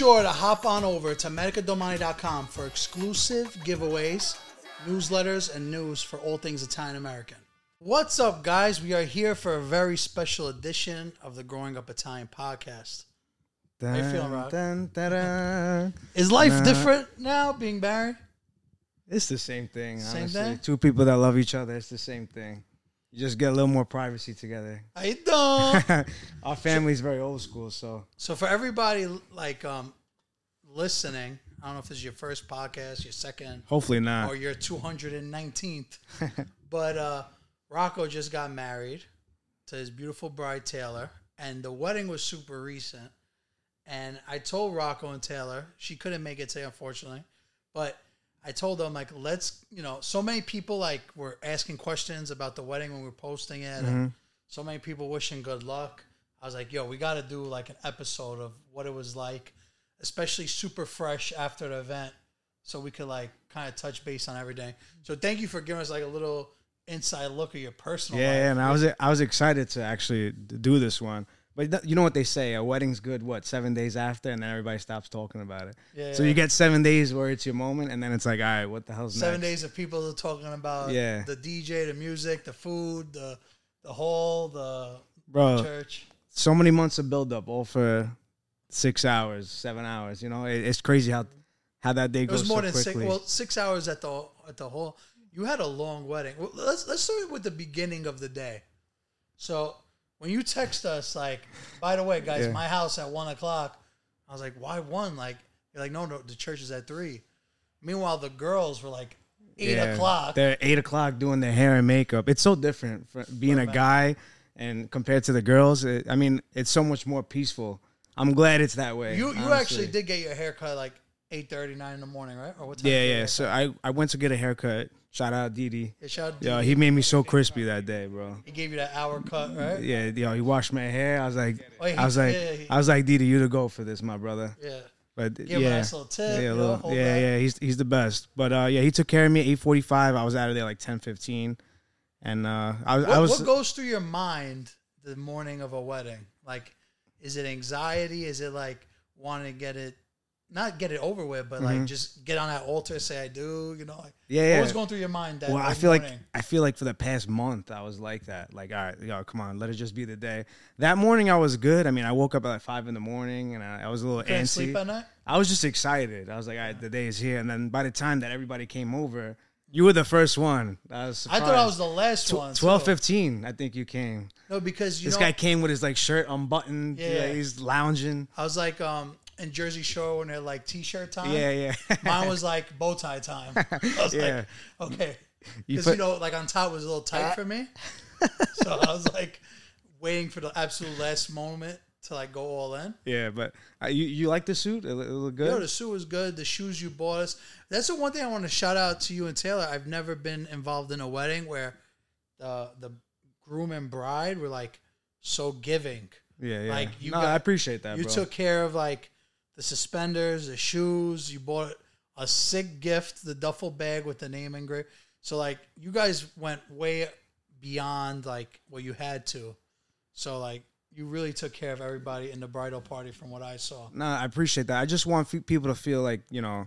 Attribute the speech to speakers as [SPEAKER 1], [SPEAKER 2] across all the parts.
[SPEAKER 1] hop on over to medicadomani.com for exclusive giveaways, newsletters, and news for all things Italian American. What's up, guys? We are here for a very special edition of the Growing Up Italian podcast.
[SPEAKER 2] How
[SPEAKER 1] you feeling, Rob?
[SPEAKER 2] Dun, dun, dun.
[SPEAKER 1] Is life
[SPEAKER 2] Nah.
[SPEAKER 1] different now being married?
[SPEAKER 2] It's the same thing.
[SPEAKER 1] Same
[SPEAKER 2] honestly.
[SPEAKER 1] thing?
[SPEAKER 2] Two people that love each other. It's the same thing. You just get a little more privacy together.
[SPEAKER 1] I don't.
[SPEAKER 2] Our family's very old school, so
[SPEAKER 1] So for everybody like um listening, I don't know if this is your first podcast, your second,
[SPEAKER 2] hopefully not.
[SPEAKER 1] or your 219th, but uh Rocco just got married to his beautiful bride Taylor, and the wedding was super recent. And I told Rocco and Taylor, she couldn't make it today, unfortunately, but I told them like let's you know so many people like were asking questions about the wedding when we were posting it
[SPEAKER 2] Mm-hmm.
[SPEAKER 1] and so many people wishing good luck i was like yo we got to do like an episode of what it was like especially super fresh after the event so we could like kind of touch base on everything so thank you for giving us like a little inside look at your personal
[SPEAKER 2] Yeah,
[SPEAKER 1] life
[SPEAKER 2] yeah, and I was I was excited to actually d- do this one. But th- you know what they say: a wedding's good what seven days after, and then everybody stops talking about it.
[SPEAKER 1] Yeah,
[SPEAKER 2] so
[SPEAKER 1] yeah.
[SPEAKER 2] you get seven days where it's your moment, and then it's like, all right, what the hell's
[SPEAKER 1] seven
[SPEAKER 2] next?
[SPEAKER 1] days of people talking about
[SPEAKER 2] Yeah.
[SPEAKER 1] the dj the music the food the the hall the
[SPEAKER 2] bro?
[SPEAKER 1] church
[SPEAKER 2] So many months of buildup, all for six hours, seven hours. You know, it, it's crazy how how that day
[SPEAKER 1] It was
[SPEAKER 2] goes
[SPEAKER 1] more
[SPEAKER 2] so
[SPEAKER 1] than
[SPEAKER 2] quickly.
[SPEAKER 1] six. Well, six hours at the at the whole. You had a long wedding. Well, let's let's start with the beginning of the day. So when you text us, like, by the way, guys,
[SPEAKER 2] Yeah.
[SPEAKER 1] my house at one o'clock. I was like, why one? Like, you're like, no, no, the church is at three. Meanwhile, the girls were like eight
[SPEAKER 2] Yeah,
[SPEAKER 1] o'clock.
[SPEAKER 2] They're eight o'clock doing their hair and makeup. It's so different for being a guy and compared to the girls. It, I mean, it's so much more peaceful. I'm glad it's that way.
[SPEAKER 1] You you
[SPEAKER 2] honestly.
[SPEAKER 1] actually did get your hair cut like eight thirty nine in the morning, right? Or what time?
[SPEAKER 2] Yeah,
[SPEAKER 1] did you
[SPEAKER 2] yeah.
[SPEAKER 1] get
[SPEAKER 2] So I, I went to get a haircut. Shout out Didi.
[SPEAKER 1] your- shout out to
[SPEAKER 2] Yo,
[SPEAKER 1] Dee.
[SPEAKER 2] he made me so crispy that day, bro.
[SPEAKER 1] he gave you that hour cut, right? Yeah.
[SPEAKER 2] Yeah, yo, he washed my hair. I was like,
[SPEAKER 1] Oh, he-
[SPEAKER 2] I was like,
[SPEAKER 1] yeah, he-
[SPEAKER 2] I was like, Didi, you the go for this, my brother. But
[SPEAKER 1] Give a
[SPEAKER 2] yeah,
[SPEAKER 1] nice little tip, you
[SPEAKER 2] yeah,
[SPEAKER 1] know,
[SPEAKER 2] little-
[SPEAKER 1] hold
[SPEAKER 2] yeah,
[SPEAKER 1] back.
[SPEAKER 2] yeah. He's he's the best. But uh, yeah, he took care of me at eight forty five. I was out of there like ten fifteen, and uh, I, was-
[SPEAKER 1] What,
[SPEAKER 2] I was
[SPEAKER 1] what goes through your mind the morning of a wedding? Like, is it anxiety? Is it like wanting to get it, not get it over with, but like just get on that altar, say I do? You know, like
[SPEAKER 2] Mm-hmm. Yeah, yeah.
[SPEAKER 1] What was going through your mind that?
[SPEAKER 2] Well, I
[SPEAKER 1] that
[SPEAKER 2] feel like
[SPEAKER 1] morning?
[SPEAKER 2] I feel like for the past month I was like that. Like, all right, yo, come on, let it just be the day. That morning I was good. I mean, I woke up at like five in the morning and I, I was a little
[SPEAKER 1] Couldn't
[SPEAKER 2] antsy.
[SPEAKER 1] sleep at night.
[SPEAKER 2] I was just excited. I was like, all right, the day is here. And then by the time that everybody came over, you were the first one. I was
[SPEAKER 1] I
[SPEAKER 2] surprised.
[SPEAKER 1] thought I was the last
[SPEAKER 2] Tw-
[SPEAKER 1] one.
[SPEAKER 2] 12,
[SPEAKER 1] too.
[SPEAKER 2] 15, I think you came.
[SPEAKER 1] No, because you
[SPEAKER 2] this
[SPEAKER 1] know,
[SPEAKER 2] guy came with his like shirt unbuttoned.
[SPEAKER 1] Yeah.
[SPEAKER 2] Yeah, he's lounging.
[SPEAKER 1] I was like um in Jersey Shore when they're like t-shirt time.
[SPEAKER 2] Yeah, yeah.
[SPEAKER 1] Mine was like bow tie time. I was
[SPEAKER 2] Yeah.
[SPEAKER 1] like, okay.
[SPEAKER 2] You
[SPEAKER 1] Because, you
[SPEAKER 2] put-
[SPEAKER 1] know, like on top was a little tight for me. so I was like waiting for the absolute last moment to like go all in.
[SPEAKER 2] yeah, but uh, you you like the suit? It, loo- it looked good.
[SPEAKER 1] Yo, the suit was good. The shoes you bought us. That's the one thing I want to shout out to you and Taylor. I've never been involved in a wedding where the the groom and bride were like so giving.
[SPEAKER 2] yeah, yeah.
[SPEAKER 1] like, you
[SPEAKER 2] no,
[SPEAKER 1] got-
[SPEAKER 2] I appreciate that.
[SPEAKER 1] You
[SPEAKER 2] bro.
[SPEAKER 1] took care of like the suspenders, the shoes. You bought a sick gift, the duffel bag with the name engraved. So like you guys went way beyond like what you had to. So like you really took care of everybody in the bridal party from what I saw.
[SPEAKER 2] No, I appreciate that. I just want fe- people to feel like you know.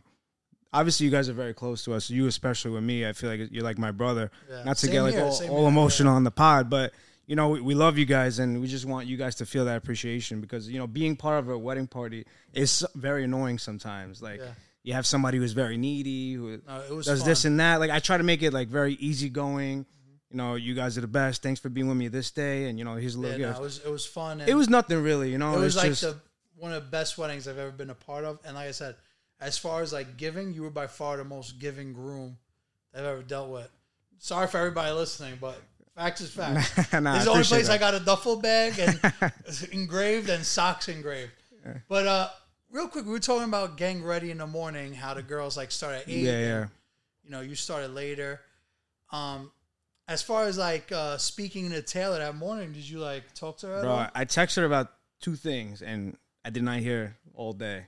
[SPEAKER 2] Obviously, you guys are very close to us. You, especially with me, I feel like you're like my brother.
[SPEAKER 1] Yeah.
[SPEAKER 2] Not to
[SPEAKER 1] Same
[SPEAKER 2] get like
[SPEAKER 1] here,
[SPEAKER 2] all,
[SPEAKER 1] same
[SPEAKER 2] all
[SPEAKER 1] here,
[SPEAKER 2] emotional on the pod, but you know we, we love you guys, and we just want you guys to feel that appreciation because you know being part of a wedding party is s- very annoying sometimes. Like
[SPEAKER 1] Yeah.
[SPEAKER 2] you have somebody who's very needy who
[SPEAKER 1] No, Uh, it was
[SPEAKER 2] does this
[SPEAKER 1] fun.
[SPEAKER 2] and that. Like I try to make it like very easygoing. You know, you guys are the best. Thanks for being with me this day, and you know here's a little
[SPEAKER 1] Yeah, no,
[SPEAKER 2] gift.
[SPEAKER 1] it was it was fun. And
[SPEAKER 2] it was nothing really, you know.
[SPEAKER 1] it was
[SPEAKER 2] it's
[SPEAKER 1] like
[SPEAKER 2] just,
[SPEAKER 1] the one of the best weddings I've ever been a part of. And like I said, as far as like giving, you were by far the most giving groom I've ever dealt with. Sorry for everybody listening, but facts is facts.
[SPEAKER 2] Nah, I
[SPEAKER 1] it's the only
[SPEAKER 2] appreciate
[SPEAKER 1] place I
[SPEAKER 2] that.
[SPEAKER 1] got a duffel bag and engraved and socks engraved. But uh real quick, we were talking about getting ready in the morning, how the girls like start at eight.
[SPEAKER 2] yeah,
[SPEAKER 1] and,
[SPEAKER 2] yeah.
[SPEAKER 1] You know, you started later. Um as far as like uh speaking to Taylor that morning, did you like talk to her? at all?
[SPEAKER 2] Bro, I texted her about two things, and I did not hear all day.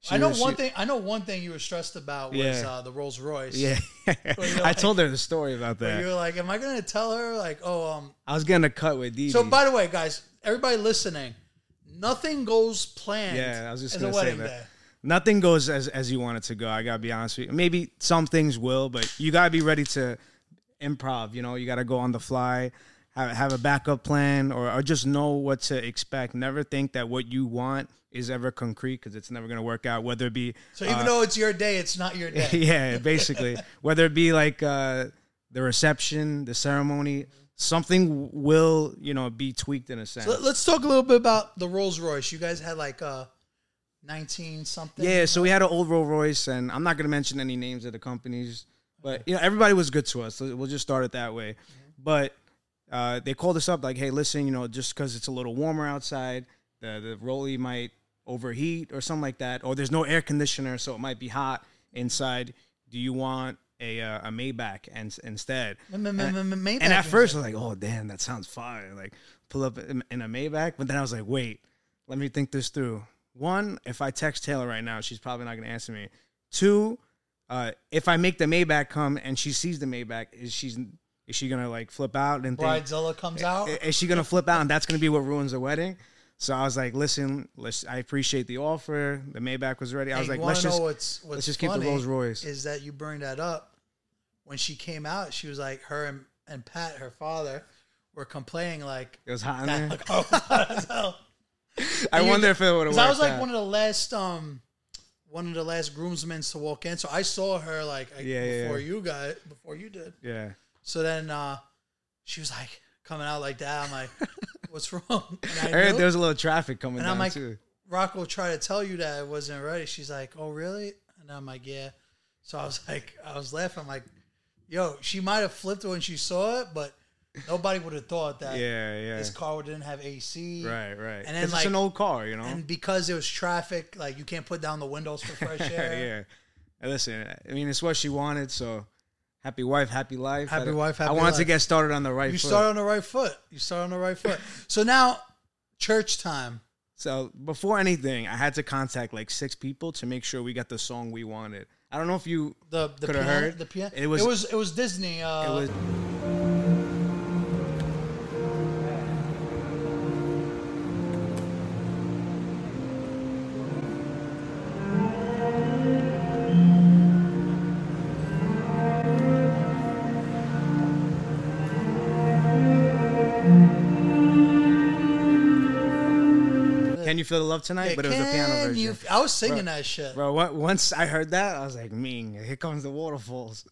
[SPEAKER 2] She
[SPEAKER 1] I know
[SPEAKER 2] was-
[SPEAKER 1] one
[SPEAKER 2] she-
[SPEAKER 1] thing. I know one thing you were stressed about was
[SPEAKER 2] Yeah.
[SPEAKER 1] uh, the Rolls Royce.
[SPEAKER 2] Yeah,
[SPEAKER 1] you're
[SPEAKER 2] I told her the story about
[SPEAKER 1] You
[SPEAKER 2] that.
[SPEAKER 1] were like, "Am I going to tell her?" Like, "Oh, um."
[SPEAKER 2] I was getting a cut with Didi.
[SPEAKER 1] So, by the way, guys, everybody listening, nothing goes planned.
[SPEAKER 2] Yeah, I was just
[SPEAKER 1] as
[SPEAKER 2] gonna
[SPEAKER 1] a
[SPEAKER 2] say
[SPEAKER 1] wedding
[SPEAKER 2] that.
[SPEAKER 1] day.
[SPEAKER 2] nothing goes as as you want it to go. I gotta be honest with you. Maybe some things will, but you gotta be ready to improv. You know, you gotta go on the fly, have, have a backup plan, or, or just know what to expect. Never think that what you want is ever concrete because it's never gonna work out. Whether it be
[SPEAKER 1] So even though it's your day, it's not your day.
[SPEAKER 2] Uh, yeah, basically, whether it be like uh, the reception, the ceremony, something will you know be tweaked in a sense.
[SPEAKER 1] Let- Let's talk a little bit about the Rolls Royce. You guys had like uh, nineteen something.
[SPEAKER 2] Yeah, so we had an old Rolls Royce, and I'm not going to mention any names of the companies, but you know everybody was good to us. So we'll just start it that way. But uh, they called us up like, "Hey, listen, you know, just because it's a little warmer outside, the the rolly might overheat or something like that, or there's no air conditioner, so it might be hot inside. Do you want a uh, a Maybach and, instead?"
[SPEAKER 1] M- m- m- m- Maybach
[SPEAKER 2] And at
[SPEAKER 1] is-
[SPEAKER 2] first, I was like, "Oh, damn, that sounds fire!" Like, pull up in in a Maybach. But then I was like, "Wait, let me think this through." One, if I text Taylor right now, she's probably not gonna answer me. Two, uh, if I make the Maybach come and she sees the Maybach, is she's is she gonna like flip out and think,
[SPEAKER 1] Bridezilla comes out.
[SPEAKER 2] I- is she gonna flip out and that's gonna be what ruins the wedding? So I was like, "Listen, let's, I appreciate the offer. The Maybach was ready. I was
[SPEAKER 1] And
[SPEAKER 2] like,
[SPEAKER 1] you
[SPEAKER 2] let's
[SPEAKER 1] wanna know
[SPEAKER 2] just
[SPEAKER 1] what's, what's
[SPEAKER 2] let's just keep the
[SPEAKER 1] funny
[SPEAKER 2] Rolls Royce."
[SPEAKER 1] Is that you bring that up? When she came out, she was like, her and, and Pat, her father, were complaining like,
[SPEAKER 2] It was hot in there.
[SPEAKER 1] like, oh, as hell.
[SPEAKER 2] I wonder if it would have.
[SPEAKER 1] Because I was like one of the last, um, one of the last groomsmen to walk in. So I saw her like I-
[SPEAKER 2] Yeah, yeah,
[SPEAKER 1] before
[SPEAKER 2] yeah.
[SPEAKER 1] you got before you did.
[SPEAKER 2] yeah.
[SPEAKER 1] So then uh, she was like coming out like that. I'm like, what's wrong?
[SPEAKER 2] I
[SPEAKER 1] And I
[SPEAKER 2] heard
[SPEAKER 1] knew.
[SPEAKER 2] there was a little traffic coming
[SPEAKER 1] And
[SPEAKER 2] down
[SPEAKER 1] I'm like,
[SPEAKER 2] too.
[SPEAKER 1] Rocco tried to tell you that I wasn't ready. She's like, oh, really? And I'm like, yeah. So I was like, I was laughing. I'm like, yo, she might have flipped when she saw it, but nobody would have thought that
[SPEAKER 2] Yeah, yeah.
[SPEAKER 1] this car didn't have AC.
[SPEAKER 2] Right, right.
[SPEAKER 1] And then,
[SPEAKER 2] it's just an
[SPEAKER 1] like-
[SPEAKER 2] old car, you know.
[SPEAKER 1] And because it was traffic, like you can't put down the windows for fresh air.
[SPEAKER 2] yeah. And listen, I mean, it's what she wanted, so happy wife, happy life.
[SPEAKER 1] Happy
[SPEAKER 2] I-
[SPEAKER 1] wife,
[SPEAKER 2] I
[SPEAKER 1] happy
[SPEAKER 2] wanted to
[SPEAKER 1] life.
[SPEAKER 2] get started on the right
[SPEAKER 1] You
[SPEAKER 2] foot.
[SPEAKER 1] start on the right foot. You start on the right foot. So now, church time.
[SPEAKER 2] so before anything, I had to contact like six people to make sure we got the song we wanted. I don't know if you.
[SPEAKER 1] The the
[SPEAKER 2] Coulda
[SPEAKER 1] piano,
[SPEAKER 2] heard.
[SPEAKER 1] the piano.
[SPEAKER 2] It was-
[SPEAKER 1] it was it was Disney. Uh,
[SPEAKER 2] It was Can you feel the love tonight? but it was a piano
[SPEAKER 1] Can
[SPEAKER 2] version.
[SPEAKER 1] you- I was singing that shit.
[SPEAKER 2] Bro, what, once I heard that, I was like, "Ming, here comes the waterfalls."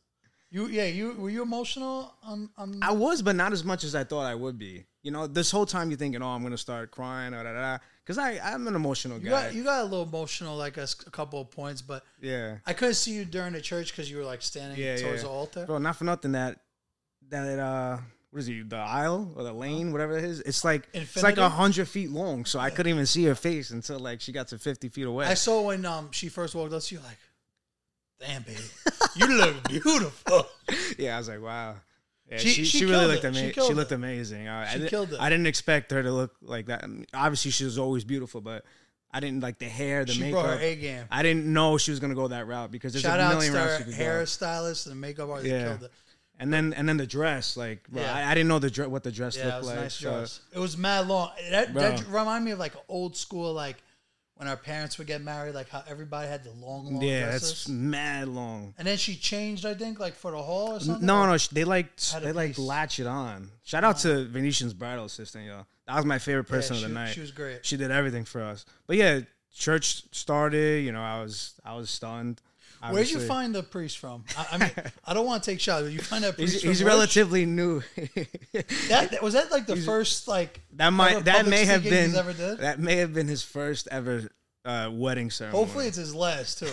[SPEAKER 1] You yeah, you were you emotional on on
[SPEAKER 2] I was, but not as much as I thought I would be. You know, this whole time you're thinking, "Oh, I'm gonna start crying," or da da da, because I I'm an emotional
[SPEAKER 1] you
[SPEAKER 2] guy.
[SPEAKER 1] got you got a little emotional like a, s- a couple of points, but
[SPEAKER 2] yeah,
[SPEAKER 1] I couldn't see you during the church because you were like standing
[SPEAKER 2] yeah,
[SPEAKER 1] towards
[SPEAKER 2] yeah.
[SPEAKER 1] the altar.
[SPEAKER 2] bro. Not for nothing that that uh, what is it? The aisle or the lane, whatever it is. It's like it's like
[SPEAKER 1] Infinity?
[SPEAKER 2] a hundred feet long, so I couldn't even see her face until like she got to fifty feet away.
[SPEAKER 1] I saw when um she first walked up to you like, damn baby, you look beautiful.
[SPEAKER 2] yeah, I was like, wow. Yeah, she,
[SPEAKER 1] She-
[SPEAKER 2] she,
[SPEAKER 1] she
[SPEAKER 2] really
[SPEAKER 1] killed it.
[SPEAKER 2] looked
[SPEAKER 1] She
[SPEAKER 2] amazing. She,
[SPEAKER 1] killed
[SPEAKER 2] looked
[SPEAKER 1] it.
[SPEAKER 2] amazing. I, I
[SPEAKER 1] She
[SPEAKER 2] di-
[SPEAKER 1] killed it.
[SPEAKER 2] I didn't expect her to look like that. I mean, obviously, she was always beautiful, but I didn't like the hair, the
[SPEAKER 1] She
[SPEAKER 2] makeup.
[SPEAKER 1] brought her A game.
[SPEAKER 2] I didn't know she was gonna go that route because there's
[SPEAKER 1] Shout
[SPEAKER 2] a
[SPEAKER 1] out
[SPEAKER 2] million
[SPEAKER 1] to
[SPEAKER 2] routes
[SPEAKER 1] her
[SPEAKER 2] you could go.
[SPEAKER 1] hairstylist and makeup artist.
[SPEAKER 2] Yeah.
[SPEAKER 1] Killed it.
[SPEAKER 2] And then and then the dress, like bro,
[SPEAKER 1] Yeah.
[SPEAKER 2] I, I didn't know the dre- what the dress
[SPEAKER 1] Yeah, it
[SPEAKER 2] looked
[SPEAKER 1] was
[SPEAKER 2] like.
[SPEAKER 1] a nice
[SPEAKER 2] so-
[SPEAKER 1] dress. It was mad long. That,
[SPEAKER 2] Bro.
[SPEAKER 1] that reminded me of like an old school like when our parents would get married, like how everybody had the long long
[SPEAKER 2] yeah,
[SPEAKER 1] dresses.
[SPEAKER 2] that's mad long.
[SPEAKER 1] And then she changed, I think, like for the hall or something.
[SPEAKER 2] No, no, sh- they like
[SPEAKER 1] Had a
[SPEAKER 2] they like
[SPEAKER 1] piece.
[SPEAKER 2] latch it on. Shout out to Venetian's bridal assistant, yo. That was my favorite person
[SPEAKER 1] she,
[SPEAKER 2] of the night.
[SPEAKER 1] She was great.
[SPEAKER 2] she did everything for us. But yeah, church started. You know, I was I was stunned.
[SPEAKER 1] Where'd you
[SPEAKER 2] obviously.
[SPEAKER 1] find the priest from? I, I mean, I don't want to take shots, but you find that priest
[SPEAKER 2] He's,
[SPEAKER 1] from
[SPEAKER 2] he's
[SPEAKER 1] where?
[SPEAKER 2] relatively new.
[SPEAKER 1] That, that- was that like the first like
[SPEAKER 2] that
[SPEAKER 1] ever
[SPEAKER 2] might that
[SPEAKER 1] public
[SPEAKER 2] may have
[SPEAKER 1] speaking he's
[SPEAKER 2] been
[SPEAKER 1] ever did.
[SPEAKER 2] that may have been his first ever uh, wedding ceremony.
[SPEAKER 1] Hopefully, it's his last too.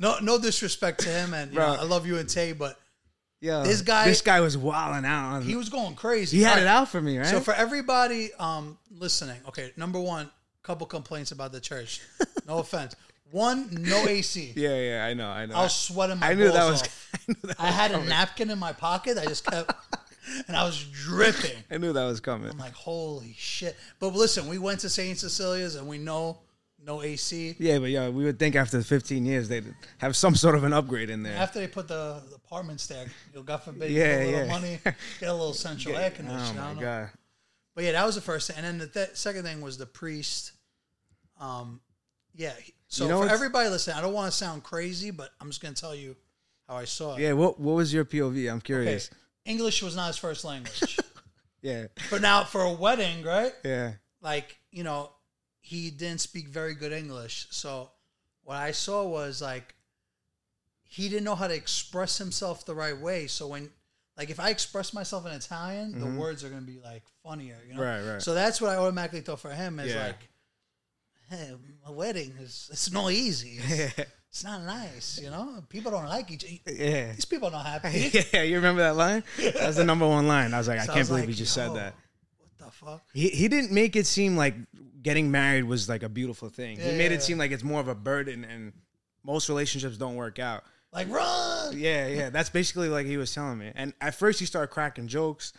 [SPEAKER 1] No, no disrespect to him, and you
[SPEAKER 2] Bro.
[SPEAKER 1] know, I love you and Tay, but
[SPEAKER 2] yeah.
[SPEAKER 1] this guy-
[SPEAKER 2] this guy was wilding out. On,
[SPEAKER 1] he
[SPEAKER 2] he,
[SPEAKER 1] was going crazy.
[SPEAKER 2] had
[SPEAKER 1] All
[SPEAKER 2] it
[SPEAKER 1] right,
[SPEAKER 2] out for me, right?
[SPEAKER 1] So for everybody um, listening, okay, number one, couple complaints about the church. No offense. One, no AC.
[SPEAKER 2] yeah, yeah, I know, I know.
[SPEAKER 1] I was sweating my
[SPEAKER 2] I knew that
[SPEAKER 1] balls
[SPEAKER 2] was.
[SPEAKER 1] off.
[SPEAKER 2] I knew that,
[SPEAKER 1] I had a napkin in my pocket. I just kept, and I was dripping.
[SPEAKER 2] I knew that was coming.
[SPEAKER 1] I'm like, holy shit! But listen, we went to Saint Cecilia's, and we know no AC.
[SPEAKER 2] Yeah, but yeah, we would think after 15 years they'd have some sort of an upgrade in there.
[SPEAKER 1] After they put the, the apartments there, you know, God forbid, get a
[SPEAKER 2] Yeah,
[SPEAKER 1] little
[SPEAKER 2] yeah.
[SPEAKER 1] money, get a little central air
[SPEAKER 2] oh
[SPEAKER 1] conditioning. I
[SPEAKER 2] my
[SPEAKER 1] don't know.
[SPEAKER 2] god.
[SPEAKER 1] But yeah, that was the first thing, and then the th- second thing was the priest. Um, yeah, he- So
[SPEAKER 2] You know,
[SPEAKER 1] for
[SPEAKER 2] it's-
[SPEAKER 1] everybody listening, I don't want to sound crazy, but I'm just going to tell you how I saw it.
[SPEAKER 2] Yeah, what what was your POV? I'm
[SPEAKER 1] Okay,
[SPEAKER 2] curious.
[SPEAKER 1] English was not his first language.
[SPEAKER 2] Yeah.
[SPEAKER 1] but now for a wedding, right?
[SPEAKER 2] Yeah.
[SPEAKER 1] Like, you know, he didn't speak very good English. So what I saw was like he didn't know how to express himself the right way. So when like if I express myself in Italian, the words are gonna be like funnier, you know?
[SPEAKER 2] Mm-hmm. Right, right.
[SPEAKER 1] So that's what I automatically thought for him is
[SPEAKER 2] Yeah.
[SPEAKER 1] like hey, a wedding is it's not easy. It's, it's not nice, you know? People don't like each
[SPEAKER 2] yeah.
[SPEAKER 1] these people are not happy.
[SPEAKER 2] Yeah, you remember that line? That's the number one line. I was like, I
[SPEAKER 1] So I
[SPEAKER 2] can't
[SPEAKER 1] was
[SPEAKER 2] believe
[SPEAKER 1] like,
[SPEAKER 2] he just
[SPEAKER 1] yo.
[SPEAKER 2] said that.
[SPEAKER 1] What the fuck?
[SPEAKER 2] He he didn't make it seem like getting married was like a beautiful thing.
[SPEAKER 1] Yeah,
[SPEAKER 2] he made
[SPEAKER 1] yeah,
[SPEAKER 2] it seem like it's more of a burden, and most relationships don't work out.
[SPEAKER 1] Like run.
[SPEAKER 2] Yeah, yeah. That's basically like he was telling me. And at first, he started cracking jokes,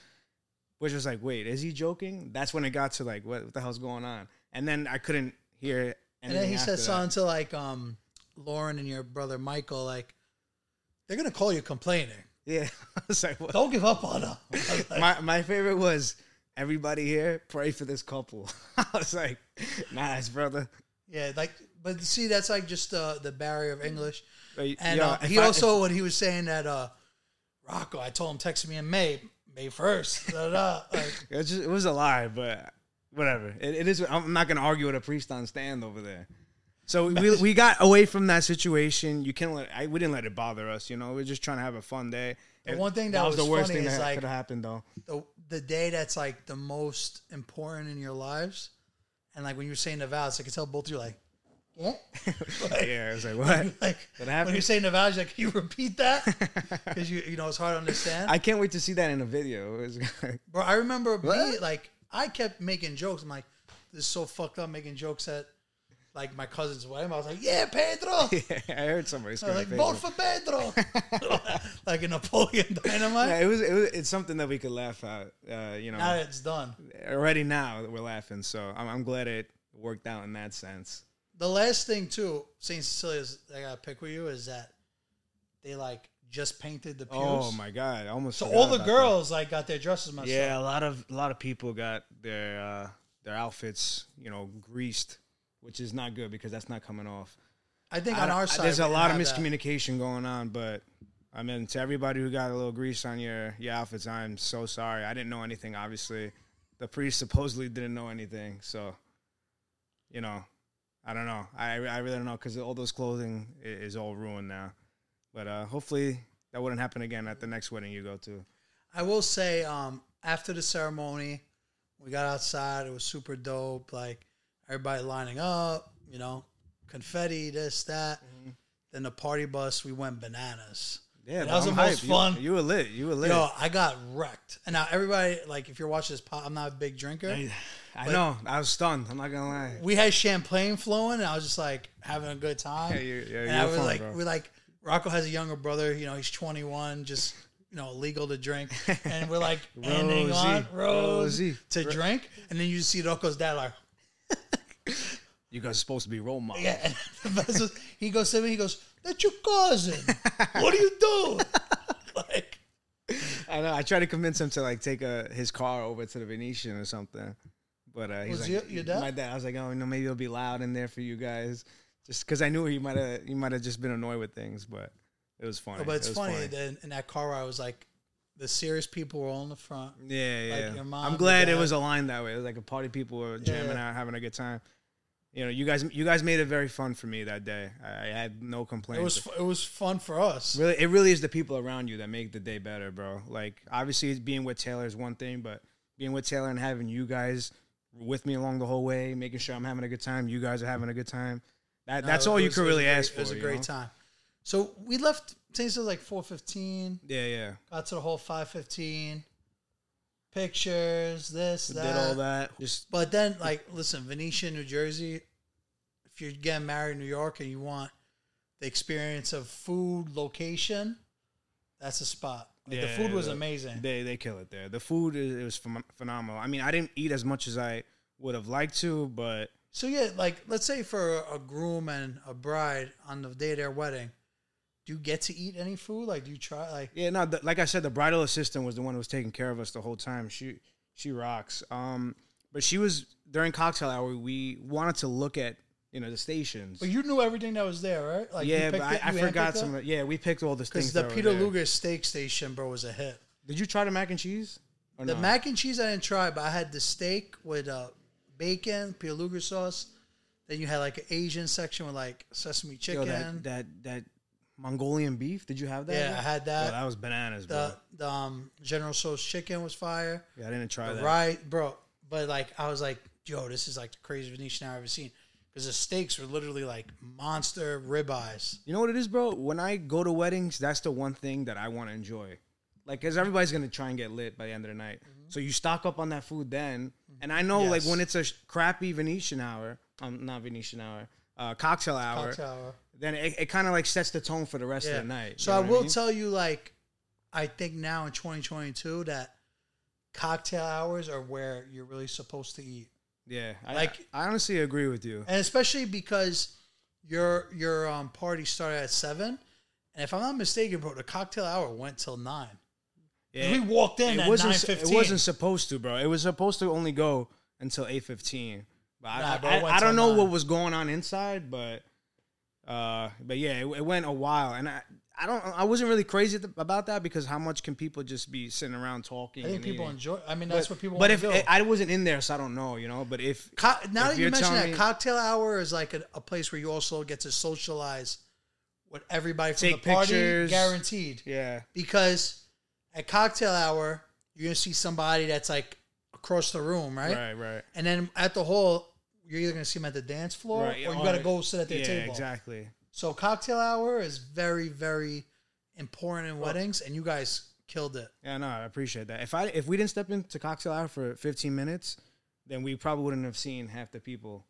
[SPEAKER 2] which was like, wait, is he joking? That's when it got to like, what, what the hell's going on? And then I couldn't hear.
[SPEAKER 1] And then he
[SPEAKER 2] after
[SPEAKER 1] said
[SPEAKER 2] that.
[SPEAKER 1] something to like um Lauren and your brother Michael, like they're gonna call you complaining.
[SPEAKER 2] Yeah, I was like, what?
[SPEAKER 1] Don't give up on them. I was like,
[SPEAKER 2] my my favorite was everybody here pray for this couple. I was like, nice brother.
[SPEAKER 1] yeah, like but see that's like just uh, the barrier of English.
[SPEAKER 2] Like,
[SPEAKER 1] And
[SPEAKER 2] yo,
[SPEAKER 1] uh,
[SPEAKER 2] if
[SPEAKER 1] he
[SPEAKER 2] I-
[SPEAKER 1] also when he was saying that uh Rocco, I told him text me in May, May first. da, da, da. Like,
[SPEAKER 2] it, was just, it was a lie, but whatever. It, it is. I'm not gonna argue with a priest on stand over there. So we we got away from that situation. You can't let I, we didn't let it bother us. You know, we are just trying to have a fun day.
[SPEAKER 1] The
[SPEAKER 2] And
[SPEAKER 1] one thing that was funny is,
[SPEAKER 2] that
[SPEAKER 1] like-
[SPEAKER 2] could have happened though.
[SPEAKER 1] the the day that's like the most important in your lives, and like when you were saying the vows, I could tell both of you like, yeah, Like-
[SPEAKER 2] Yeah, I was like, what?
[SPEAKER 1] like
[SPEAKER 2] What
[SPEAKER 1] when
[SPEAKER 2] happened?
[SPEAKER 1] you're saying the vows, you're like, can you repeat that? Because you you know it's hard to understand.
[SPEAKER 2] I can't wait to see that in a video. It was like-
[SPEAKER 1] Bro, I remember me
[SPEAKER 2] What?
[SPEAKER 1] like I kept making jokes. I'm like, this is so fucked up making jokes at like my cousin's wedding. I was like, yeah, Pedro.
[SPEAKER 2] I heard somebody
[SPEAKER 1] I was
[SPEAKER 2] scream.
[SPEAKER 1] like,
[SPEAKER 2] Facebook.
[SPEAKER 1] vote for Pedro. like in Napoleon Dynamite.
[SPEAKER 2] Yeah, it was, it was. It's something that we could laugh at. Uh, you know,
[SPEAKER 1] Now that it's done.
[SPEAKER 2] already now we're laughing. So I'm, I'm glad it worked out in that sense.
[SPEAKER 1] The last thing too, Saint Cecilia's that I gotta pick with you is that they like just painted the pews.
[SPEAKER 2] Oh my god, I almost.
[SPEAKER 1] so
[SPEAKER 2] forgot
[SPEAKER 1] all the
[SPEAKER 2] about that.
[SPEAKER 1] girls like got their dresses messed up.
[SPEAKER 2] Yeah, a lot of a lot of people got their uh, their outfits, you know, greased, which is not good because that's not coming off.
[SPEAKER 1] I think
[SPEAKER 2] I
[SPEAKER 1] on
[SPEAKER 2] don't-
[SPEAKER 1] our side
[SPEAKER 2] there's
[SPEAKER 1] we
[SPEAKER 2] a
[SPEAKER 1] didn't
[SPEAKER 2] lot of
[SPEAKER 1] have that.
[SPEAKER 2] miscommunication going on, but. I mean, to everybody who got a little grease on your, your outfits, I'm so sorry. I didn't know anything, obviously. The priest supposedly didn't know anything. So, you know, I don't know. I, I really don't know because all those clothing i- is all ruined now. But uh, hopefully that wouldn't happen again at the next wedding you go to.
[SPEAKER 1] I will say, um, after the ceremony, we got outside. It was super dope. Like everybody lining up, you know, confetti, this, that. Then the party bus, we went bananas.
[SPEAKER 2] Yeah,
[SPEAKER 1] that was the most fun.
[SPEAKER 2] You, were lit. You were lit.
[SPEAKER 1] Yo, I got wrecked. And now everybody, like, if you're watching this, pod, I'm not a big drinker.
[SPEAKER 2] I, I know. I was stunned. I'm not gonna lie.
[SPEAKER 1] we had champagne flowing, and I was just like having a good time.
[SPEAKER 2] Yeah, you- yeah,
[SPEAKER 1] and
[SPEAKER 2] you
[SPEAKER 1] I
[SPEAKER 2] were
[SPEAKER 1] was
[SPEAKER 2] fun,
[SPEAKER 1] like,
[SPEAKER 2] bro.
[SPEAKER 1] we're like, Rocco has a younger brother. You know, he's 21, just you know, legal to drink, and we're like ending on
[SPEAKER 2] Rosie,
[SPEAKER 1] Rosie
[SPEAKER 2] Rosie.
[SPEAKER 1] to drink, and then you see Rocco's dad like,
[SPEAKER 2] You guys are supposed to be role models.
[SPEAKER 1] yeah. And the best was- he goes to me, he goes, "That's your cousin. what are you doing?" like,
[SPEAKER 2] I know. I tried to convince him to like take uh his car over to the Venetian or something, but uh, he's
[SPEAKER 1] Was
[SPEAKER 2] like,
[SPEAKER 1] your- your dad?
[SPEAKER 2] My dad. I was like, oh no, maybe it'll be loud in there for you guys, just because I knew he might have he might have just been annoyed with things, but it was funny.
[SPEAKER 1] Oh, but it's
[SPEAKER 2] It was
[SPEAKER 1] funny. Then in that car, ride, I was like, the serious people were all in the front.
[SPEAKER 2] Yeah, yeah.
[SPEAKER 1] your mom,
[SPEAKER 2] I'm
[SPEAKER 1] your
[SPEAKER 2] glad it
[SPEAKER 1] dad.
[SPEAKER 2] was aligned that way. It was like a party. People were jamming
[SPEAKER 1] yeah.
[SPEAKER 2] out, having a good time. You know, you guys, you guys made it very fun for me that day. I, I had no complaints.
[SPEAKER 1] It was it was fun for us.
[SPEAKER 2] Really, it really is the people around you that make the day better, bro. Like, obviously, being with Taylor is one thing, but being with Taylor and having you guys with me along the whole way, making sure I'm having a good time, you guys are having a good time. That, that's
[SPEAKER 1] Uh,
[SPEAKER 2] all
[SPEAKER 1] it
[SPEAKER 2] you
[SPEAKER 1] was-
[SPEAKER 2] could
[SPEAKER 1] it was a
[SPEAKER 2] really
[SPEAKER 1] great-
[SPEAKER 2] ask for.
[SPEAKER 1] It was a
[SPEAKER 2] you
[SPEAKER 1] great
[SPEAKER 2] know?
[SPEAKER 1] time. So we left Saints was like four fifteen.
[SPEAKER 2] Yeah, yeah.
[SPEAKER 1] Got to the whole five fifteen. Pictures, this, that.
[SPEAKER 2] Did all that. Just
[SPEAKER 1] But then, like, listen, Venetian, New Jersey. If you're getting married in New York and you want the experience of food, location, that's a spot. Like, the
[SPEAKER 2] Yeah,
[SPEAKER 1] food was
[SPEAKER 2] the-
[SPEAKER 1] amazing.
[SPEAKER 2] They they kill it there. The food is it was phenom- phenomenal. I mean, I didn't eat as much as I would have liked to, but
[SPEAKER 1] so yeah, like, let's say for a groom and a bride on the day of their wedding, do you get to eat any food? Like, do you try? Like,
[SPEAKER 2] yeah, no. The, like I said, the bridal assistant was the one who was taking care of us the whole time. She she rocks. Um, but she was during cocktail hour. We wanted to look at you know the stations.
[SPEAKER 1] But Oh, you knew everything that was there, right? Like you
[SPEAKER 2] yeah, but
[SPEAKER 1] picked
[SPEAKER 2] I,
[SPEAKER 1] it-
[SPEAKER 2] I
[SPEAKER 1] you handpicked
[SPEAKER 2] forgot
[SPEAKER 1] that?
[SPEAKER 2] some. of- Yeah, we picked all the
[SPEAKER 1] Because
[SPEAKER 2] things.
[SPEAKER 1] the
[SPEAKER 2] that were
[SPEAKER 1] Peter
[SPEAKER 2] there.
[SPEAKER 1] Luger steak station, bro, was a hit.
[SPEAKER 2] Did you try the mac and cheese? Or
[SPEAKER 1] The
[SPEAKER 2] no?
[SPEAKER 1] mac and cheese I didn't try, but I had the steak with uh, bacon, Peter Luger sauce. Then you had like an Asian section with like sesame
[SPEAKER 2] Yo,
[SPEAKER 1] chicken.
[SPEAKER 2] that that that Mongolian beef. Did you have that?
[SPEAKER 1] yeah, I had
[SPEAKER 2] Yo,
[SPEAKER 1] that.
[SPEAKER 2] that was bananas, bro.
[SPEAKER 1] the the um, General Tso's chicken was fire.
[SPEAKER 2] Yeah, I didn't try that.
[SPEAKER 1] Right, bro. But like, I was like, yo, this is like the craziest Venetian I've ever seen. Because the steaks were literally like monster ribeyes.
[SPEAKER 2] You know what it is, bro? When I go to weddings, that's the one thing that I want to enjoy. Like, because everybody's going to try and get lit by the end of the night. So you stock up on that food then. And I know, like,
[SPEAKER 1] Mm-hmm. Yes.
[SPEAKER 2] when it's a sh- crappy Venetian hour, um, not Venetian hour, uh, cocktail hour,
[SPEAKER 1] Cocktail.
[SPEAKER 2] then it, it kind of like sets the tone for the rest
[SPEAKER 1] Yeah.
[SPEAKER 2] of the night.
[SPEAKER 1] So
[SPEAKER 2] You know
[SPEAKER 1] I
[SPEAKER 2] what
[SPEAKER 1] will
[SPEAKER 2] mean?
[SPEAKER 1] tell you, like, I think now in 2022 that cocktail hours are where you're really supposed to eat,
[SPEAKER 2] yeah. I,
[SPEAKER 1] like-
[SPEAKER 2] I honestly agree with you.
[SPEAKER 1] and especially because your your um, party started at seven, and if I'm not mistaken, bro, the cocktail hour went till nine.
[SPEAKER 2] Yeah.
[SPEAKER 1] We walked in
[SPEAKER 2] it
[SPEAKER 1] at
[SPEAKER 2] wasn't.
[SPEAKER 1] nine
[SPEAKER 2] s- It
[SPEAKER 1] fifteen.
[SPEAKER 2] wasn't supposed to, bro. It was supposed to only go until eight fifteen. But I,
[SPEAKER 1] Nah, bro, it
[SPEAKER 2] I,
[SPEAKER 1] went
[SPEAKER 2] I, I don't
[SPEAKER 1] till
[SPEAKER 2] know what
[SPEAKER 1] nine.
[SPEAKER 2] was going on inside, but uh, but yeah, it, it went a while, and I. I don't. I wasn't really crazy th- about that because how much can people just be sitting around talking?
[SPEAKER 1] I think
[SPEAKER 2] and
[SPEAKER 1] people
[SPEAKER 2] eating?
[SPEAKER 1] enjoy. I mean,
[SPEAKER 2] But,
[SPEAKER 1] that's what people.
[SPEAKER 2] but
[SPEAKER 1] wanna
[SPEAKER 2] if
[SPEAKER 1] do.
[SPEAKER 2] I wasn't in there, so I don't know. You know. But if
[SPEAKER 1] Co- now
[SPEAKER 2] if
[SPEAKER 1] that you
[SPEAKER 2] you're
[SPEAKER 1] mention
[SPEAKER 2] telling
[SPEAKER 1] that,
[SPEAKER 2] me-
[SPEAKER 1] cocktail hour is like a, a place where you also get to socialize with everybody from
[SPEAKER 2] Take
[SPEAKER 1] the party,
[SPEAKER 2] pictures.
[SPEAKER 1] guaranteed.
[SPEAKER 2] yeah,
[SPEAKER 1] Because at cocktail hour, you're gonna see somebody that's like across the room, right?
[SPEAKER 2] right, right,
[SPEAKER 1] And then at the hall, you're either gonna see them at the dance floor
[SPEAKER 2] right.
[SPEAKER 1] or you
[SPEAKER 2] Or-
[SPEAKER 1] gotta go sit at their
[SPEAKER 2] yeah,
[SPEAKER 1] table.
[SPEAKER 2] Exactly.
[SPEAKER 1] So cocktail hour is very, very important in weddings, and you guys killed it.
[SPEAKER 2] Yeah, no, I appreciate that. If I if we didn't step into cocktail hour for 15 minutes, then we probably wouldn't have seen half the people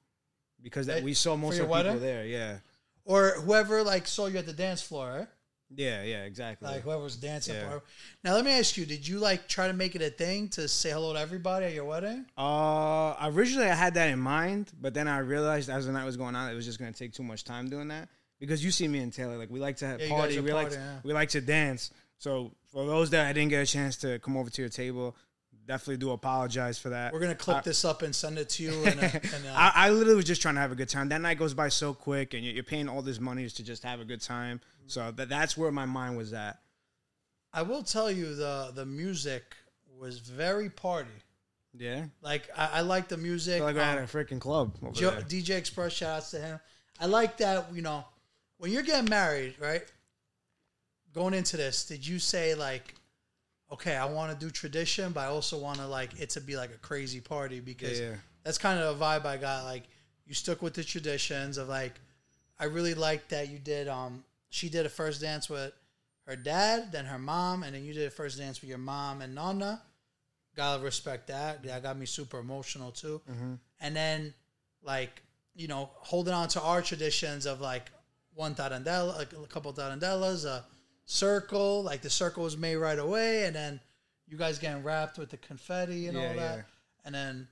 [SPEAKER 2] because that
[SPEAKER 1] Right,
[SPEAKER 2] we saw most
[SPEAKER 1] Eh, your
[SPEAKER 2] of the people
[SPEAKER 1] wedding?
[SPEAKER 2] there. Yeah,
[SPEAKER 1] Or whoever like saw you at the dance floor, right?
[SPEAKER 2] yeah, yeah, exactly.
[SPEAKER 1] like whoever's dancing.
[SPEAKER 2] Yeah.
[SPEAKER 1] whatever. Now let me ask you: Did you like try to make it a thing to say hello to everybody at your wedding?
[SPEAKER 2] uh, originally I had that in mind, but then I realized as the night was going on, it was just gonna take too much time doing that because you see me and Taylor, like we like to have
[SPEAKER 1] Yeah, you guys
[SPEAKER 2] party,
[SPEAKER 1] are
[SPEAKER 2] we like
[SPEAKER 1] partying, yeah.
[SPEAKER 2] we like to dance. So for those that I didn't get a chance to come over to your table, definitely do apologize for that.
[SPEAKER 1] We're gonna clip
[SPEAKER 2] I-
[SPEAKER 1] this up and send it to you. And, uh, and uh,
[SPEAKER 2] I, I literally was just trying to have a good time. That night goes by so quick, and you're, you're paying all this money just to just have a good time.
[SPEAKER 1] Mm-hmm.
[SPEAKER 2] So that that's where my mind was at.
[SPEAKER 1] I will tell you the the music was very party.
[SPEAKER 2] Yeah,
[SPEAKER 1] Like I, I like the music.
[SPEAKER 2] feel like we're at
[SPEAKER 1] Um,
[SPEAKER 2] a freaking club. Over
[SPEAKER 1] Jo-
[SPEAKER 2] there.
[SPEAKER 1] DJ Express, shout outs to him. I like that. You know, when you're getting married, right? Going into this, did you say like? Okay, I want to do tradition, but I also want to like it to be like a crazy party because
[SPEAKER 2] Yeah, yeah.
[SPEAKER 1] that's kind of a vibe I got. Like you stuck with the traditions of like, I really liked that you did. Um, she did a first dance with her dad, then her mom, and then you did a first dance with your mom and Nana. Gotta respect that. That got me super emotional too.
[SPEAKER 2] Mm-hmm.
[SPEAKER 1] And then like you know holding on to our traditions of like one tarandella, like a couple tarandellas, a circle. Like the circle was made right away, and then you guys getting wrapped with the confetti and
[SPEAKER 2] Yeah,
[SPEAKER 1] all that,
[SPEAKER 2] yeah.
[SPEAKER 1] and then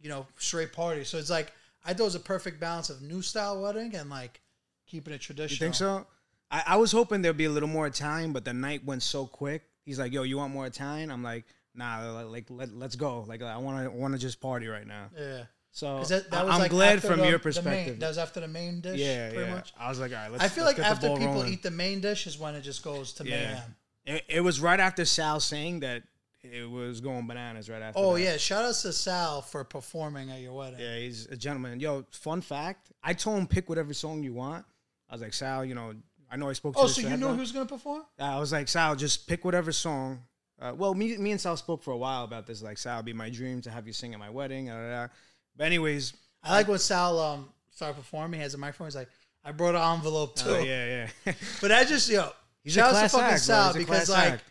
[SPEAKER 1] you know straight party. So it's like I thought it was a perfect balance of new style wedding and like keeping it traditional.
[SPEAKER 2] You think so? I, I was hoping there'd be a little more Italian, but the night went so quick. He's like, "Yo, you want more Italian?" I'm like, "Nah, like, like let, let's go. Like I want to want to just party right now."
[SPEAKER 1] Yeah.
[SPEAKER 2] So
[SPEAKER 1] 'Cause that, that
[SPEAKER 2] I-
[SPEAKER 1] was
[SPEAKER 2] I'm
[SPEAKER 1] like
[SPEAKER 2] glad
[SPEAKER 1] after
[SPEAKER 2] from
[SPEAKER 1] the-
[SPEAKER 2] your
[SPEAKER 1] the main-
[SPEAKER 2] perspective.
[SPEAKER 1] that was after the main dish,
[SPEAKER 2] yeah,
[SPEAKER 1] pretty
[SPEAKER 2] yeah.
[SPEAKER 1] much.
[SPEAKER 2] I was like, "All right, let's."
[SPEAKER 1] I feel
[SPEAKER 2] let's
[SPEAKER 1] like
[SPEAKER 2] get
[SPEAKER 1] after
[SPEAKER 2] the ball
[SPEAKER 1] people
[SPEAKER 2] rolling."
[SPEAKER 1] eat the main dish is when it just goes to mayhem.
[SPEAKER 2] It, it was right after Sal saying that it was going bananas right after.
[SPEAKER 1] Oh
[SPEAKER 2] that.
[SPEAKER 1] yeah, shout outs to Sal for performing at your wedding.
[SPEAKER 2] Yeah, he's a gentleman. Yo, fun fact, I told him pick whatever song you want. I was like, Sal, you know, I know I spoke to
[SPEAKER 1] Oh,
[SPEAKER 2] this
[SPEAKER 1] so you
[SPEAKER 2] ahead
[SPEAKER 1] knew
[SPEAKER 2] of-
[SPEAKER 1] he was gonna perform?
[SPEAKER 2] I was like, Sal, just pick whatever song. Uh, well, me, me and Sal spoke for a while about this. Like, Sal, it'd be my dream to have you sing at my wedding. da, da, da. But anyways,
[SPEAKER 1] I like when Sal um started performing. He has a microphone. He's like, I brought an envelope too.
[SPEAKER 2] uh, yeah, yeah.
[SPEAKER 1] But I just yo,
[SPEAKER 2] he's
[SPEAKER 1] shout
[SPEAKER 2] a
[SPEAKER 1] out to
[SPEAKER 2] class
[SPEAKER 1] fucking
[SPEAKER 2] act, bro.
[SPEAKER 1] Sal
[SPEAKER 2] He's a
[SPEAKER 1] because
[SPEAKER 2] class
[SPEAKER 1] like
[SPEAKER 2] act.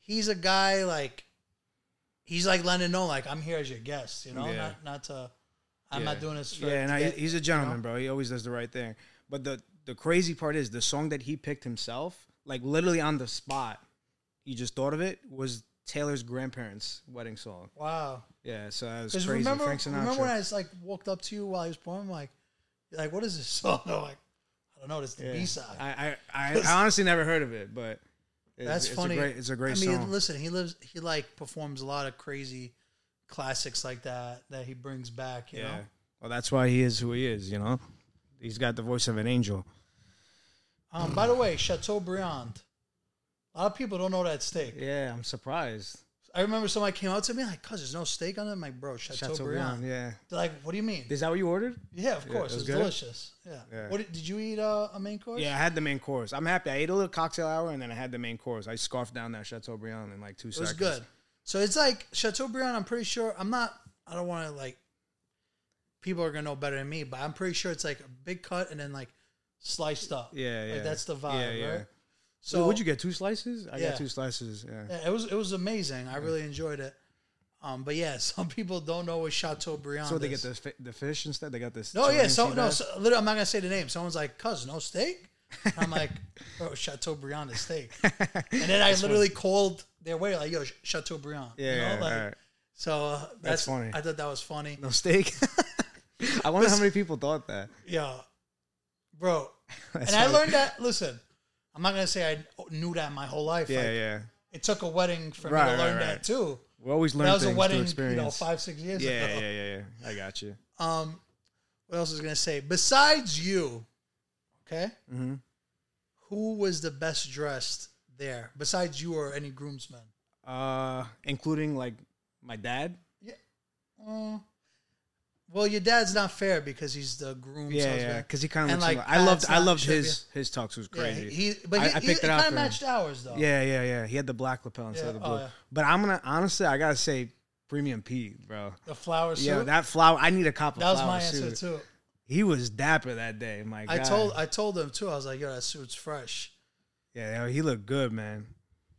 [SPEAKER 1] he's a guy like he's like letting it know like I'm here as your guest. You know,
[SPEAKER 2] Yeah.
[SPEAKER 1] not not to. I'm
[SPEAKER 2] Yeah.
[SPEAKER 1] not doing this. For, to
[SPEAKER 2] yeah, no, he-
[SPEAKER 1] get-
[SPEAKER 2] he's a gentleman, bro. He always does the right thing. But the the crazy part is the song that he picked himself, like literally on the spot, he just thought of it was Taylor's grandparents' wedding song.
[SPEAKER 1] wow.
[SPEAKER 2] Yeah, so that was
[SPEAKER 1] Because
[SPEAKER 2] crazy.
[SPEAKER 1] remember,
[SPEAKER 2] Frank Sinatra.
[SPEAKER 1] remember when I just, like walked up to you while he was performing, like, you're like what is this song? I'm like, I don't know. It's the
[SPEAKER 2] Yeah.
[SPEAKER 1] B side.
[SPEAKER 2] I, I, I, I honestly never heard of it, but it's,
[SPEAKER 1] That's
[SPEAKER 2] it's
[SPEAKER 1] funny.
[SPEAKER 2] A great, it's a great
[SPEAKER 1] I mean,
[SPEAKER 2] song.
[SPEAKER 1] listen, he lives. He like performs a lot of crazy classics like that that he brings back. You
[SPEAKER 2] yeah.
[SPEAKER 1] know,
[SPEAKER 2] Well, that's why he is who he is, you know. He's got the voice of an angel.
[SPEAKER 1] Um, by the way, Chateaubriand. A lot of people don't know that steak.
[SPEAKER 2] Yeah, I'm surprised.
[SPEAKER 1] I remember somebody came out to me like, "Cuz, there's no steak on it." I'm like, bro, Chateaubriand.
[SPEAKER 2] Chateaubriand, yeah.
[SPEAKER 1] They're like, "What do you mean?"
[SPEAKER 2] Is that what you ordered?
[SPEAKER 1] yeah, of
[SPEAKER 2] Yeah,
[SPEAKER 1] course,
[SPEAKER 2] it was
[SPEAKER 1] it's
[SPEAKER 2] good?
[SPEAKER 1] delicious. Yeah.
[SPEAKER 2] Yeah.
[SPEAKER 1] What did, did you eat? Uh, a main course?
[SPEAKER 2] Yeah, I had the main course. I'm happy. I ate a little cocktail hour and then I had the main course. I scarfed down that Chateaubriand in like two
[SPEAKER 1] it was
[SPEAKER 2] seconds.
[SPEAKER 1] good. So it's like Chateaubriand. I'm pretty sure. I'm not. I don't want to like. People are gonna know better than me, but I'm pretty sure it's like a big cut and then like sliced up.
[SPEAKER 2] Yeah, yeah.
[SPEAKER 1] Like that's the vibe,
[SPEAKER 2] Yeah, yeah.
[SPEAKER 1] right?
[SPEAKER 2] So
[SPEAKER 1] So
[SPEAKER 2] would you get two slices? I
[SPEAKER 1] Yeah.
[SPEAKER 2] got two slices. Yeah.
[SPEAKER 1] Yeah, it was it was amazing. I really enjoyed it. Um, but yeah, some people don't know what Chateaubriand.
[SPEAKER 2] So they
[SPEAKER 1] is.
[SPEAKER 2] get the fi- the fish instead. They got this.
[SPEAKER 1] No, yeah,
[SPEAKER 2] Chilean
[SPEAKER 1] so
[SPEAKER 2] sea
[SPEAKER 1] no,
[SPEAKER 2] bass?
[SPEAKER 1] so, literally, I'm not gonna say the name. Someone's like, "Cuz, no steak." I'm like, "Bro, Chateaubriand is steak." And then I literally called their waiter like, "Yo, Ch- Chateaubriand."
[SPEAKER 2] yeah,
[SPEAKER 1] you
[SPEAKER 2] yeah,
[SPEAKER 1] know, like,
[SPEAKER 2] all right.
[SPEAKER 1] So uh, that's,
[SPEAKER 2] funny.
[SPEAKER 1] I thought that was funny.
[SPEAKER 2] no steak. I wonder how many people thought that.
[SPEAKER 1] Yeah, bro. and
[SPEAKER 2] That's
[SPEAKER 1] I
[SPEAKER 2] funny.
[SPEAKER 1] learned that. Listen, I'm not gonna say I knew that my whole life.
[SPEAKER 2] Yeah,
[SPEAKER 1] Like,
[SPEAKER 2] yeah.
[SPEAKER 1] It took a wedding for me
[SPEAKER 2] Right,
[SPEAKER 1] to
[SPEAKER 2] right,
[SPEAKER 1] learn
[SPEAKER 2] right.
[SPEAKER 1] that too.
[SPEAKER 2] We always learn
[SPEAKER 1] That was a
[SPEAKER 2] things through
[SPEAKER 1] wedding, you know,
[SPEAKER 2] experience.
[SPEAKER 1] five six years
[SPEAKER 2] yeah,
[SPEAKER 1] ago.
[SPEAKER 2] yeah, yeah, yeah. I got you.
[SPEAKER 1] Um, what else was I gonna say? Besides you, okay,
[SPEAKER 2] Mhm.
[SPEAKER 1] who was the best dressed there? Besides you or any groomsmen?
[SPEAKER 2] Uh, including like my dad.
[SPEAKER 1] Uh, well, your dad's not fair because he's the groom's
[SPEAKER 2] Yeah,
[SPEAKER 1] husband.
[SPEAKER 2] yeah. Because he kind of
[SPEAKER 1] And,
[SPEAKER 2] looks
[SPEAKER 1] like,
[SPEAKER 2] like, I loved
[SPEAKER 1] Pat's
[SPEAKER 2] I
[SPEAKER 1] not
[SPEAKER 2] loved
[SPEAKER 1] sure if
[SPEAKER 2] his his tux was
[SPEAKER 1] Yeah,
[SPEAKER 2] crazy.
[SPEAKER 1] he, he- but
[SPEAKER 2] I-
[SPEAKER 1] he,
[SPEAKER 2] I picked it out
[SPEAKER 1] kind
[SPEAKER 2] for
[SPEAKER 1] of
[SPEAKER 2] him.
[SPEAKER 1] matched ours though.
[SPEAKER 2] Yeah, yeah, yeah. He had the black lapel instead
[SPEAKER 1] Oh. Yeah,
[SPEAKER 2] of the
[SPEAKER 1] oh,
[SPEAKER 2] blue.
[SPEAKER 1] yeah.
[SPEAKER 2] But I'm gonna honestly, I gotta say, premium P, bro.
[SPEAKER 1] the flower suit.
[SPEAKER 2] Yeah,
[SPEAKER 1] that,
[SPEAKER 2] that flower. I need a cop of
[SPEAKER 1] was
[SPEAKER 2] flower
[SPEAKER 1] my answer
[SPEAKER 2] suit.
[SPEAKER 1] too.
[SPEAKER 2] He was dapper that day. My God.
[SPEAKER 1] I told I told him too. I was like, "Yo, that suit's fresh."
[SPEAKER 2] Yeah, he looked good, man.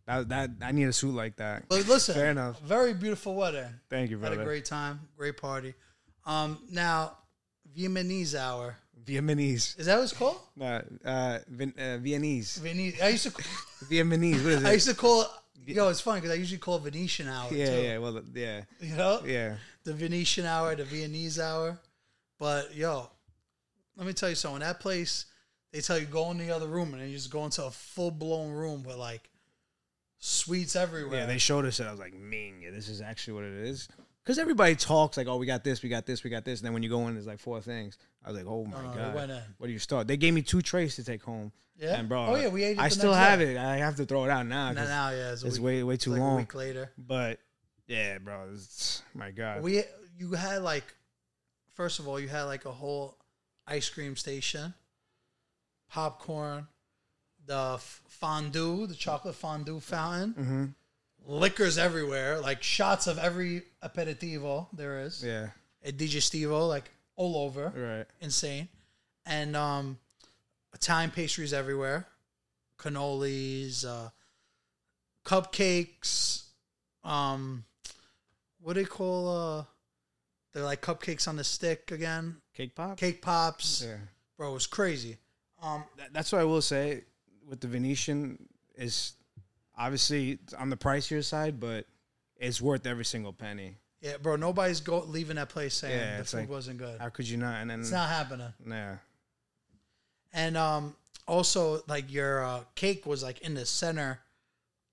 [SPEAKER 2] That, that I need a suit like that.
[SPEAKER 1] But listen,
[SPEAKER 2] Fair enough.
[SPEAKER 1] Very beautiful wedding.
[SPEAKER 2] Thank you,
[SPEAKER 1] Had
[SPEAKER 2] brother.
[SPEAKER 1] a great time, great party. Um, now Vietnamese hour.
[SPEAKER 2] Vietnamese.
[SPEAKER 1] Is that what it's called?
[SPEAKER 2] Uh, uh, Vin- uh, Viennese.
[SPEAKER 1] Viennese. I used to. Call,
[SPEAKER 2] Vietnamese. What is it?
[SPEAKER 1] I used to call. Yo, it's funny because I usually call it Venetian hour.
[SPEAKER 2] yeah,
[SPEAKER 1] too.
[SPEAKER 2] yeah. Well, yeah,
[SPEAKER 1] You know,
[SPEAKER 2] yeah.
[SPEAKER 1] the Venetian hour, the Viennese hour. But yo, let me tell you something. That place, they tell you go in the other room, and then you just go into a full blown room with like sweets everywhere.
[SPEAKER 2] Yeah, they showed us it. I was like, man, yeah, this is actually what it is. Because everybody talks like, oh, we got this, we got this, we got this. And then when you go in, there's like four things. I was like, oh my
[SPEAKER 1] no, we
[SPEAKER 2] god,
[SPEAKER 1] went in.
[SPEAKER 2] where do you start? They gave me two trays to take home.
[SPEAKER 1] uh, Yeah?
[SPEAKER 2] and bro,
[SPEAKER 1] Oh, yeah, we ate it
[SPEAKER 2] I
[SPEAKER 1] the
[SPEAKER 2] still
[SPEAKER 1] next
[SPEAKER 2] have
[SPEAKER 1] day.
[SPEAKER 2] it. I have to throw it out now.
[SPEAKER 1] And
[SPEAKER 2] 'cause
[SPEAKER 1] then now, yeah, it's, a
[SPEAKER 2] it's
[SPEAKER 1] week-
[SPEAKER 2] way way
[SPEAKER 1] it's
[SPEAKER 2] too
[SPEAKER 1] like A
[SPEAKER 2] long.
[SPEAKER 1] week later,
[SPEAKER 2] But yeah, bro, it's, my god.
[SPEAKER 1] we you had like, first of all, you had like a whole ice cream station, popcorn, the f- fondue, the chocolate fondue fountain.
[SPEAKER 2] hmm
[SPEAKER 1] liquors everywhere, like shots of every aperitivo there is,
[SPEAKER 2] Yeah,
[SPEAKER 1] a digestivo, like all over,
[SPEAKER 2] right.
[SPEAKER 1] insane, and um, Italian pastries everywhere, cannolis, uh, cupcakes, um, what do they call uh, they're like cupcakes on the stick again,
[SPEAKER 2] Cake pop.
[SPEAKER 1] cake pops,
[SPEAKER 2] Yeah.
[SPEAKER 1] bro, it was crazy. Um,
[SPEAKER 2] That- that's what I will say with the Venetian is obviously it's on the pricier side, but it's worth every single penny.
[SPEAKER 1] yeah, bro, nobody's go leaving that place saying
[SPEAKER 2] Yeah,
[SPEAKER 1] the
[SPEAKER 2] it's
[SPEAKER 1] food
[SPEAKER 2] like-
[SPEAKER 1] wasn't good.
[SPEAKER 2] How could you not? And then
[SPEAKER 1] It's not happening.
[SPEAKER 2] yeah,
[SPEAKER 1] and um also like your uh, cake was like in the center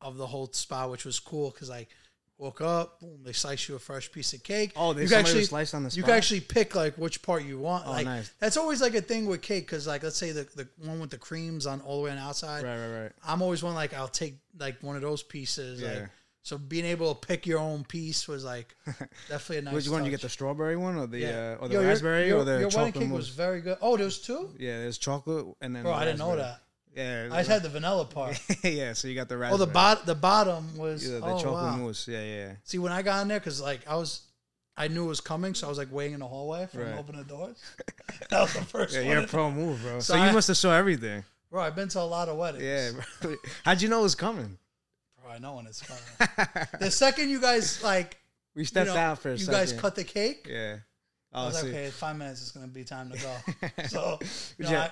[SPEAKER 1] of the whole spot which was cool because like woke up boom they slice you a fresh piece of cake
[SPEAKER 2] Oh, they-
[SPEAKER 1] you
[SPEAKER 2] somebody was sliced on the
[SPEAKER 1] you
[SPEAKER 2] spot? Oh,
[SPEAKER 1] can actually pick like which part you want like
[SPEAKER 2] nice.
[SPEAKER 1] that's always like a thing with cake because like let's say the, the one with the creams on all the way on the outside
[SPEAKER 2] right, right, right.
[SPEAKER 1] i'm always one like i'll take like one of those pieces
[SPEAKER 2] Yeah.
[SPEAKER 1] like so being able to pick your own piece was like definitely a nice
[SPEAKER 2] Which one? You
[SPEAKER 1] touch.
[SPEAKER 2] get the strawberry one or the uh, or the
[SPEAKER 1] Yo, your-
[SPEAKER 2] raspberry
[SPEAKER 1] your,
[SPEAKER 2] or the
[SPEAKER 1] your wedding
[SPEAKER 2] chocolate?
[SPEAKER 1] cake
[SPEAKER 2] mousse?
[SPEAKER 1] was very good oh there was two
[SPEAKER 2] yeah, there's chocolate and then.
[SPEAKER 1] bro
[SPEAKER 2] the
[SPEAKER 1] i didn't know
[SPEAKER 2] raspberry.
[SPEAKER 1] that
[SPEAKER 2] Yeah,
[SPEAKER 1] I just had the vanilla part.
[SPEAKER 2] yeah, so you got the
[SPEAKER 1] Oh,
[SPEAKER 2] raspberry.
[SPEAKER 1] the bot the bottom was
[SPEAKER 2] Yeah, the
[SPEAKER 1] oh,
[SPEAKER 2] chocolate
[SPEAKER 1] wow.
[SPEAKER 2] mousse. Yeah, yeah.
[SPEAKER 1] See, when I got in there, because like I was, I knew it was coming, so I was like waiting in the hallway from
[SPEAKER 2] Right.
[SPEAKER 1] opening the doors. that was the first
[SPEAKER 2] Yeah,
[SPEAKER 1] one.
[SPEAKER 2] you're a pro move, bro.
[SPEAKER 1] So
[SPEAKER 2] So, you
[SPEAKER 1] I-
[SPEAKER 2] must have saw everything.
[SPEAKER 1] bro, I've been to a lot of weddings.
[SPEAKER 2] Yeah. bro. How'd you know it was coming?
[SPEAKER 1] bro, I know when it's coming. the second you guys like,
[SPEAKER 2] We
[SPEAKER 1] you,
[SPEAKER 2] stepped
[SPEAKER 1] know,
[SPEAKER 2] out for a
[SPEAKER 1] you
[SPEAKER 2] second.
[SPEAKER 1] guys cut the cake.
[SPEAKER 2] Yeah.
[SPEAKER 1] I
[SPEAKER 2] Oh,
[SPEAKER 1] was like,
[SPEAKER 2] see.
[SPEAKER 1] okay, in five minutes is gonna be time to go. so, you know,
[SPEAKER 2] Yeah.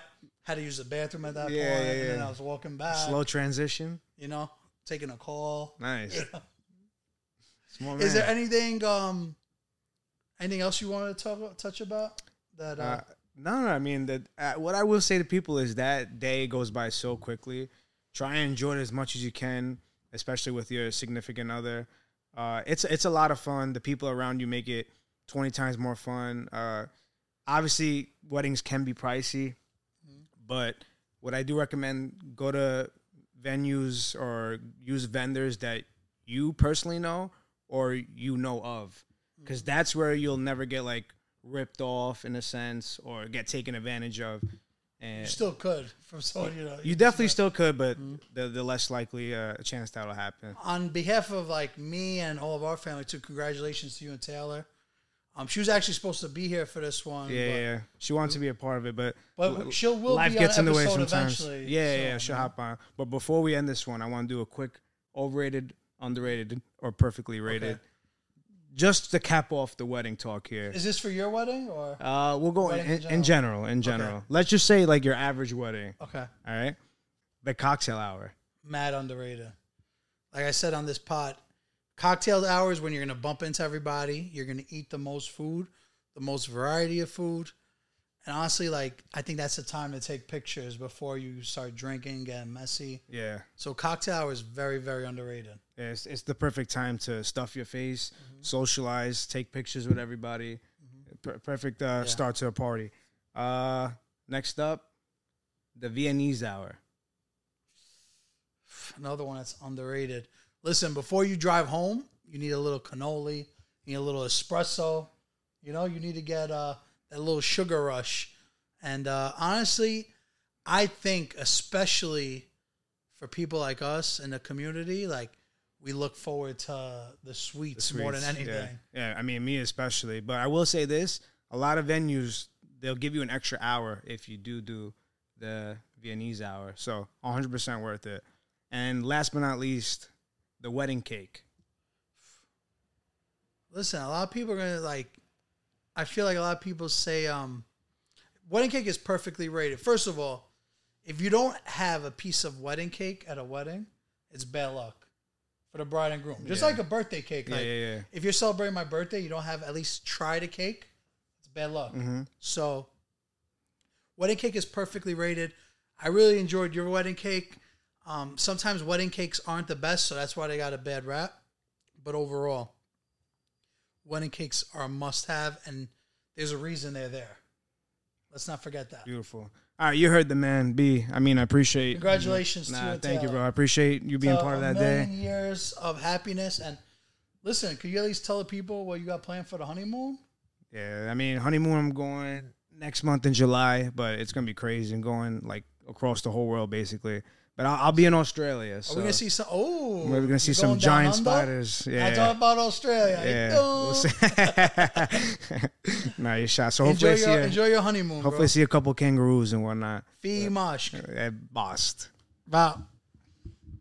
[SPEAKER 1] I had to use the bathroom at that
[SPEAKER 2] Yeah,
[SPEAKER 1] point,
[SPEAKER 2] yeah,
[SPEAKER 1] and then
[SPEAKER 2] yeah.
[SPEAKER 1] I was walking back.
[SPEAKER 2] Slow transition.
[SPEAKER 1] You know, taking a call.
[SPEAKER 2] Nice. Smart
[SPEAKER 1] Is
[SPEAKER 2] man.
[SPEAKER 1] there anything um anything else you wanted to talk touch about that uh,
[SPEAKER 2] Uh, no, no. I mean, that uh, what I will say to people is that day goes by so quickly. Try and enjoy it as much as you can, especially with your significant other. Uh, it's it's a lot of fun. The people around you make it twenty times more fun. Uh, obviously weddings can be pricey, but what I do recommend go to venues or use vendors that you personally know or you know of, because
[SPEAKER 1] Mm.
[SPEAKER 2] that's where you'll never get like ripped off in a sense or get taken advantage of. And
[SPEAKER 1] You still Mm. could from someone you know.
[SPEAKER 2] you definitely still could, but the, the less likely uh, chance that'll happen.
[SPEAKER 1] on behalf of like me and all of our family too. Congratulations to you and Taylor. Um, she was actually supposed to be here for this one.
[SPEAKER 2] Yeah, yeah, yeah. She wanted to be a part of it, but
[SPEAKER 1] But
[SPEAKER 2] l-
[SPEAKER 1] she'll- will
[SPEAKER 2] life
[SPEAKER 1] be on
[SPEAKER 2] gets in the way
[SPEAKER 1] episode
[SPEAKER 2] sometimes.
[SPEAKER 1] eventually,
[SPEAKER 2] yeah, yeah,
[SPEAKER 1] so,
[SPEAKER 2] yeah, she'll hop on. But before we end this one, I want to do a quick overrated, underrated, or perfectly rated,
[SPEAKER 1] Okay.
[SPEAKER 2] just to cap off the wedding talk here.
[SPEAKER 1] Is this for your wedding or
[SPEAKER 2] Uh, we'll go in,
[SPEAKER 1] Wedding in
[SPEAKER 2] in, in general. In general, let's just say like your average wedding.
[SPEAKER 1] okay?
[SPEAKER 2] All right, the cocktail hour.
[SPEAKER 1] Mad underrated. Like I said on this pot, cocktail hour is when you're gonna bump into everybody. You're gonna eat the most food, the most variety of food, and honestly, like I think that's the time to take pictures before you start drinking, getting messy.
[SPEAKER 2] Yeah.
[SPEAKER 1] So cocktail hour is very, very underrated.
[SPEAKER 2] Yeah, It's, it's the perfect time to stuff your face,
[SPEAKER 1] Mm-hmm.
[SPEAKER 2] socialize, take pictures with everybody. Per- perfect uh, start to a party. Uh, next up, the Viennese hour.
[SPEAKER 1] Another one that's underrated. Listen, before you drive home, you need a little cannoli, you need a little espresso. You know, you need to get uh, that little sugar rush. And uh, honestly, I think, especially for people like us in the community, like we look forward to the sweets, more than
[SPEAKER 2] Sweets,
[SPEAKER 1] anything.
[SPEAKER 2] yeah. Yeah. I mean me especially. But I will say this: a lot of venues they'll give you an extra hour if you do do the Viennese hour. So 100 percent worth it. And last but not least, the wedding cake.
[SPEAKER 1] Listen, a lot of people are gonna like. I feel like a lot of people say, um, "Wedding cake is perfectly rated." First of all, if you don't have a piece of wedding cake at a wedding, it's bad luck for the bride and groom. Just
[SPEAKER 2] Yeah.
[SPEAKER 1] like a birthday cake.
[SPEAKER 2] Yeah,
[SPEAKER 1] like,
[SPEAKER 2] yeah, yeah.
[SPEAKER 1] If you're celebrating my birthday, you don't have at least tried a cake. It's bad luck.
[SPEAKER 2] Mm-hmm.
[SPEAKER 1] So, wedding cake is perfectly rated. I really enjoyed your wedding cake. Um, sometimes wedding cakes aren't the best, so that's why they got a bad rap. But overall, wedding cakes are a must-have, and there's a reason they're there. Let's not forget that.
[SPEAKER 2] Beautiful. All right, you heard the man B. I mean, I appreciate.
[SPEAKER 1] Congratulations to
[SPEAKER 2] Nah,
[SPEAKER 1] you,
[SPEAKER 2] thank you,
[SPEAKER 1] Taylor.
[SPEAKER 2] bro. I appreciate you being
[SPEAKER 1] to
[SPEAKER 2] part of
[SPEAKER 1] a
[SPEAKER 2] that
[SPEAKER 1] million
[SPEAKER 2] day.
[SPEAKER 1] years of happiness and listen could you at least tell the people what you got planned for the honeymoon
[SPEAKER 2] Yeah, I mean, honeymoon. I'm going next month in July, but it's gonna be crazy. I'm going like across the whole world basically. But I'll, I'll be in Australia. So
[SPEAKER 1] we're gonna see some oh
[SPEAKER 2] We're gonna see
[SPEAKER 1] you
[SPEAKER 2] some
[SPEAKER 1] going down
[SPEAKER 2] giant
[SPEAKER 1] under?
[SPEAKER 2] spiders.
[SPEAKER 1] i oh.
[SPEAKER 2] Yeah.
[SPEAKER 1] talk about australia
[SPEAKER 2] yeah.
[SPEAKER 1] Yo.
[SPEAKER 2] We'll see. nice shot. So
[SPEAKER 1] enjoy
[SPEAKER 2] hopefully, I
[SPEAKER 1] your
[SPEAKER 2] see a,
[SPEAKER 1] enjoy your honeymoon
[SPEAKER 2] hopefully I
[SPEAKER 1] hopefully
[SPEAKER 2] see a couple kangaroos and whatnot
[SPEAKER 1] bro. fee mosh
[SPEAKER 2] at Bost.
[SPEAKER 1] Wow.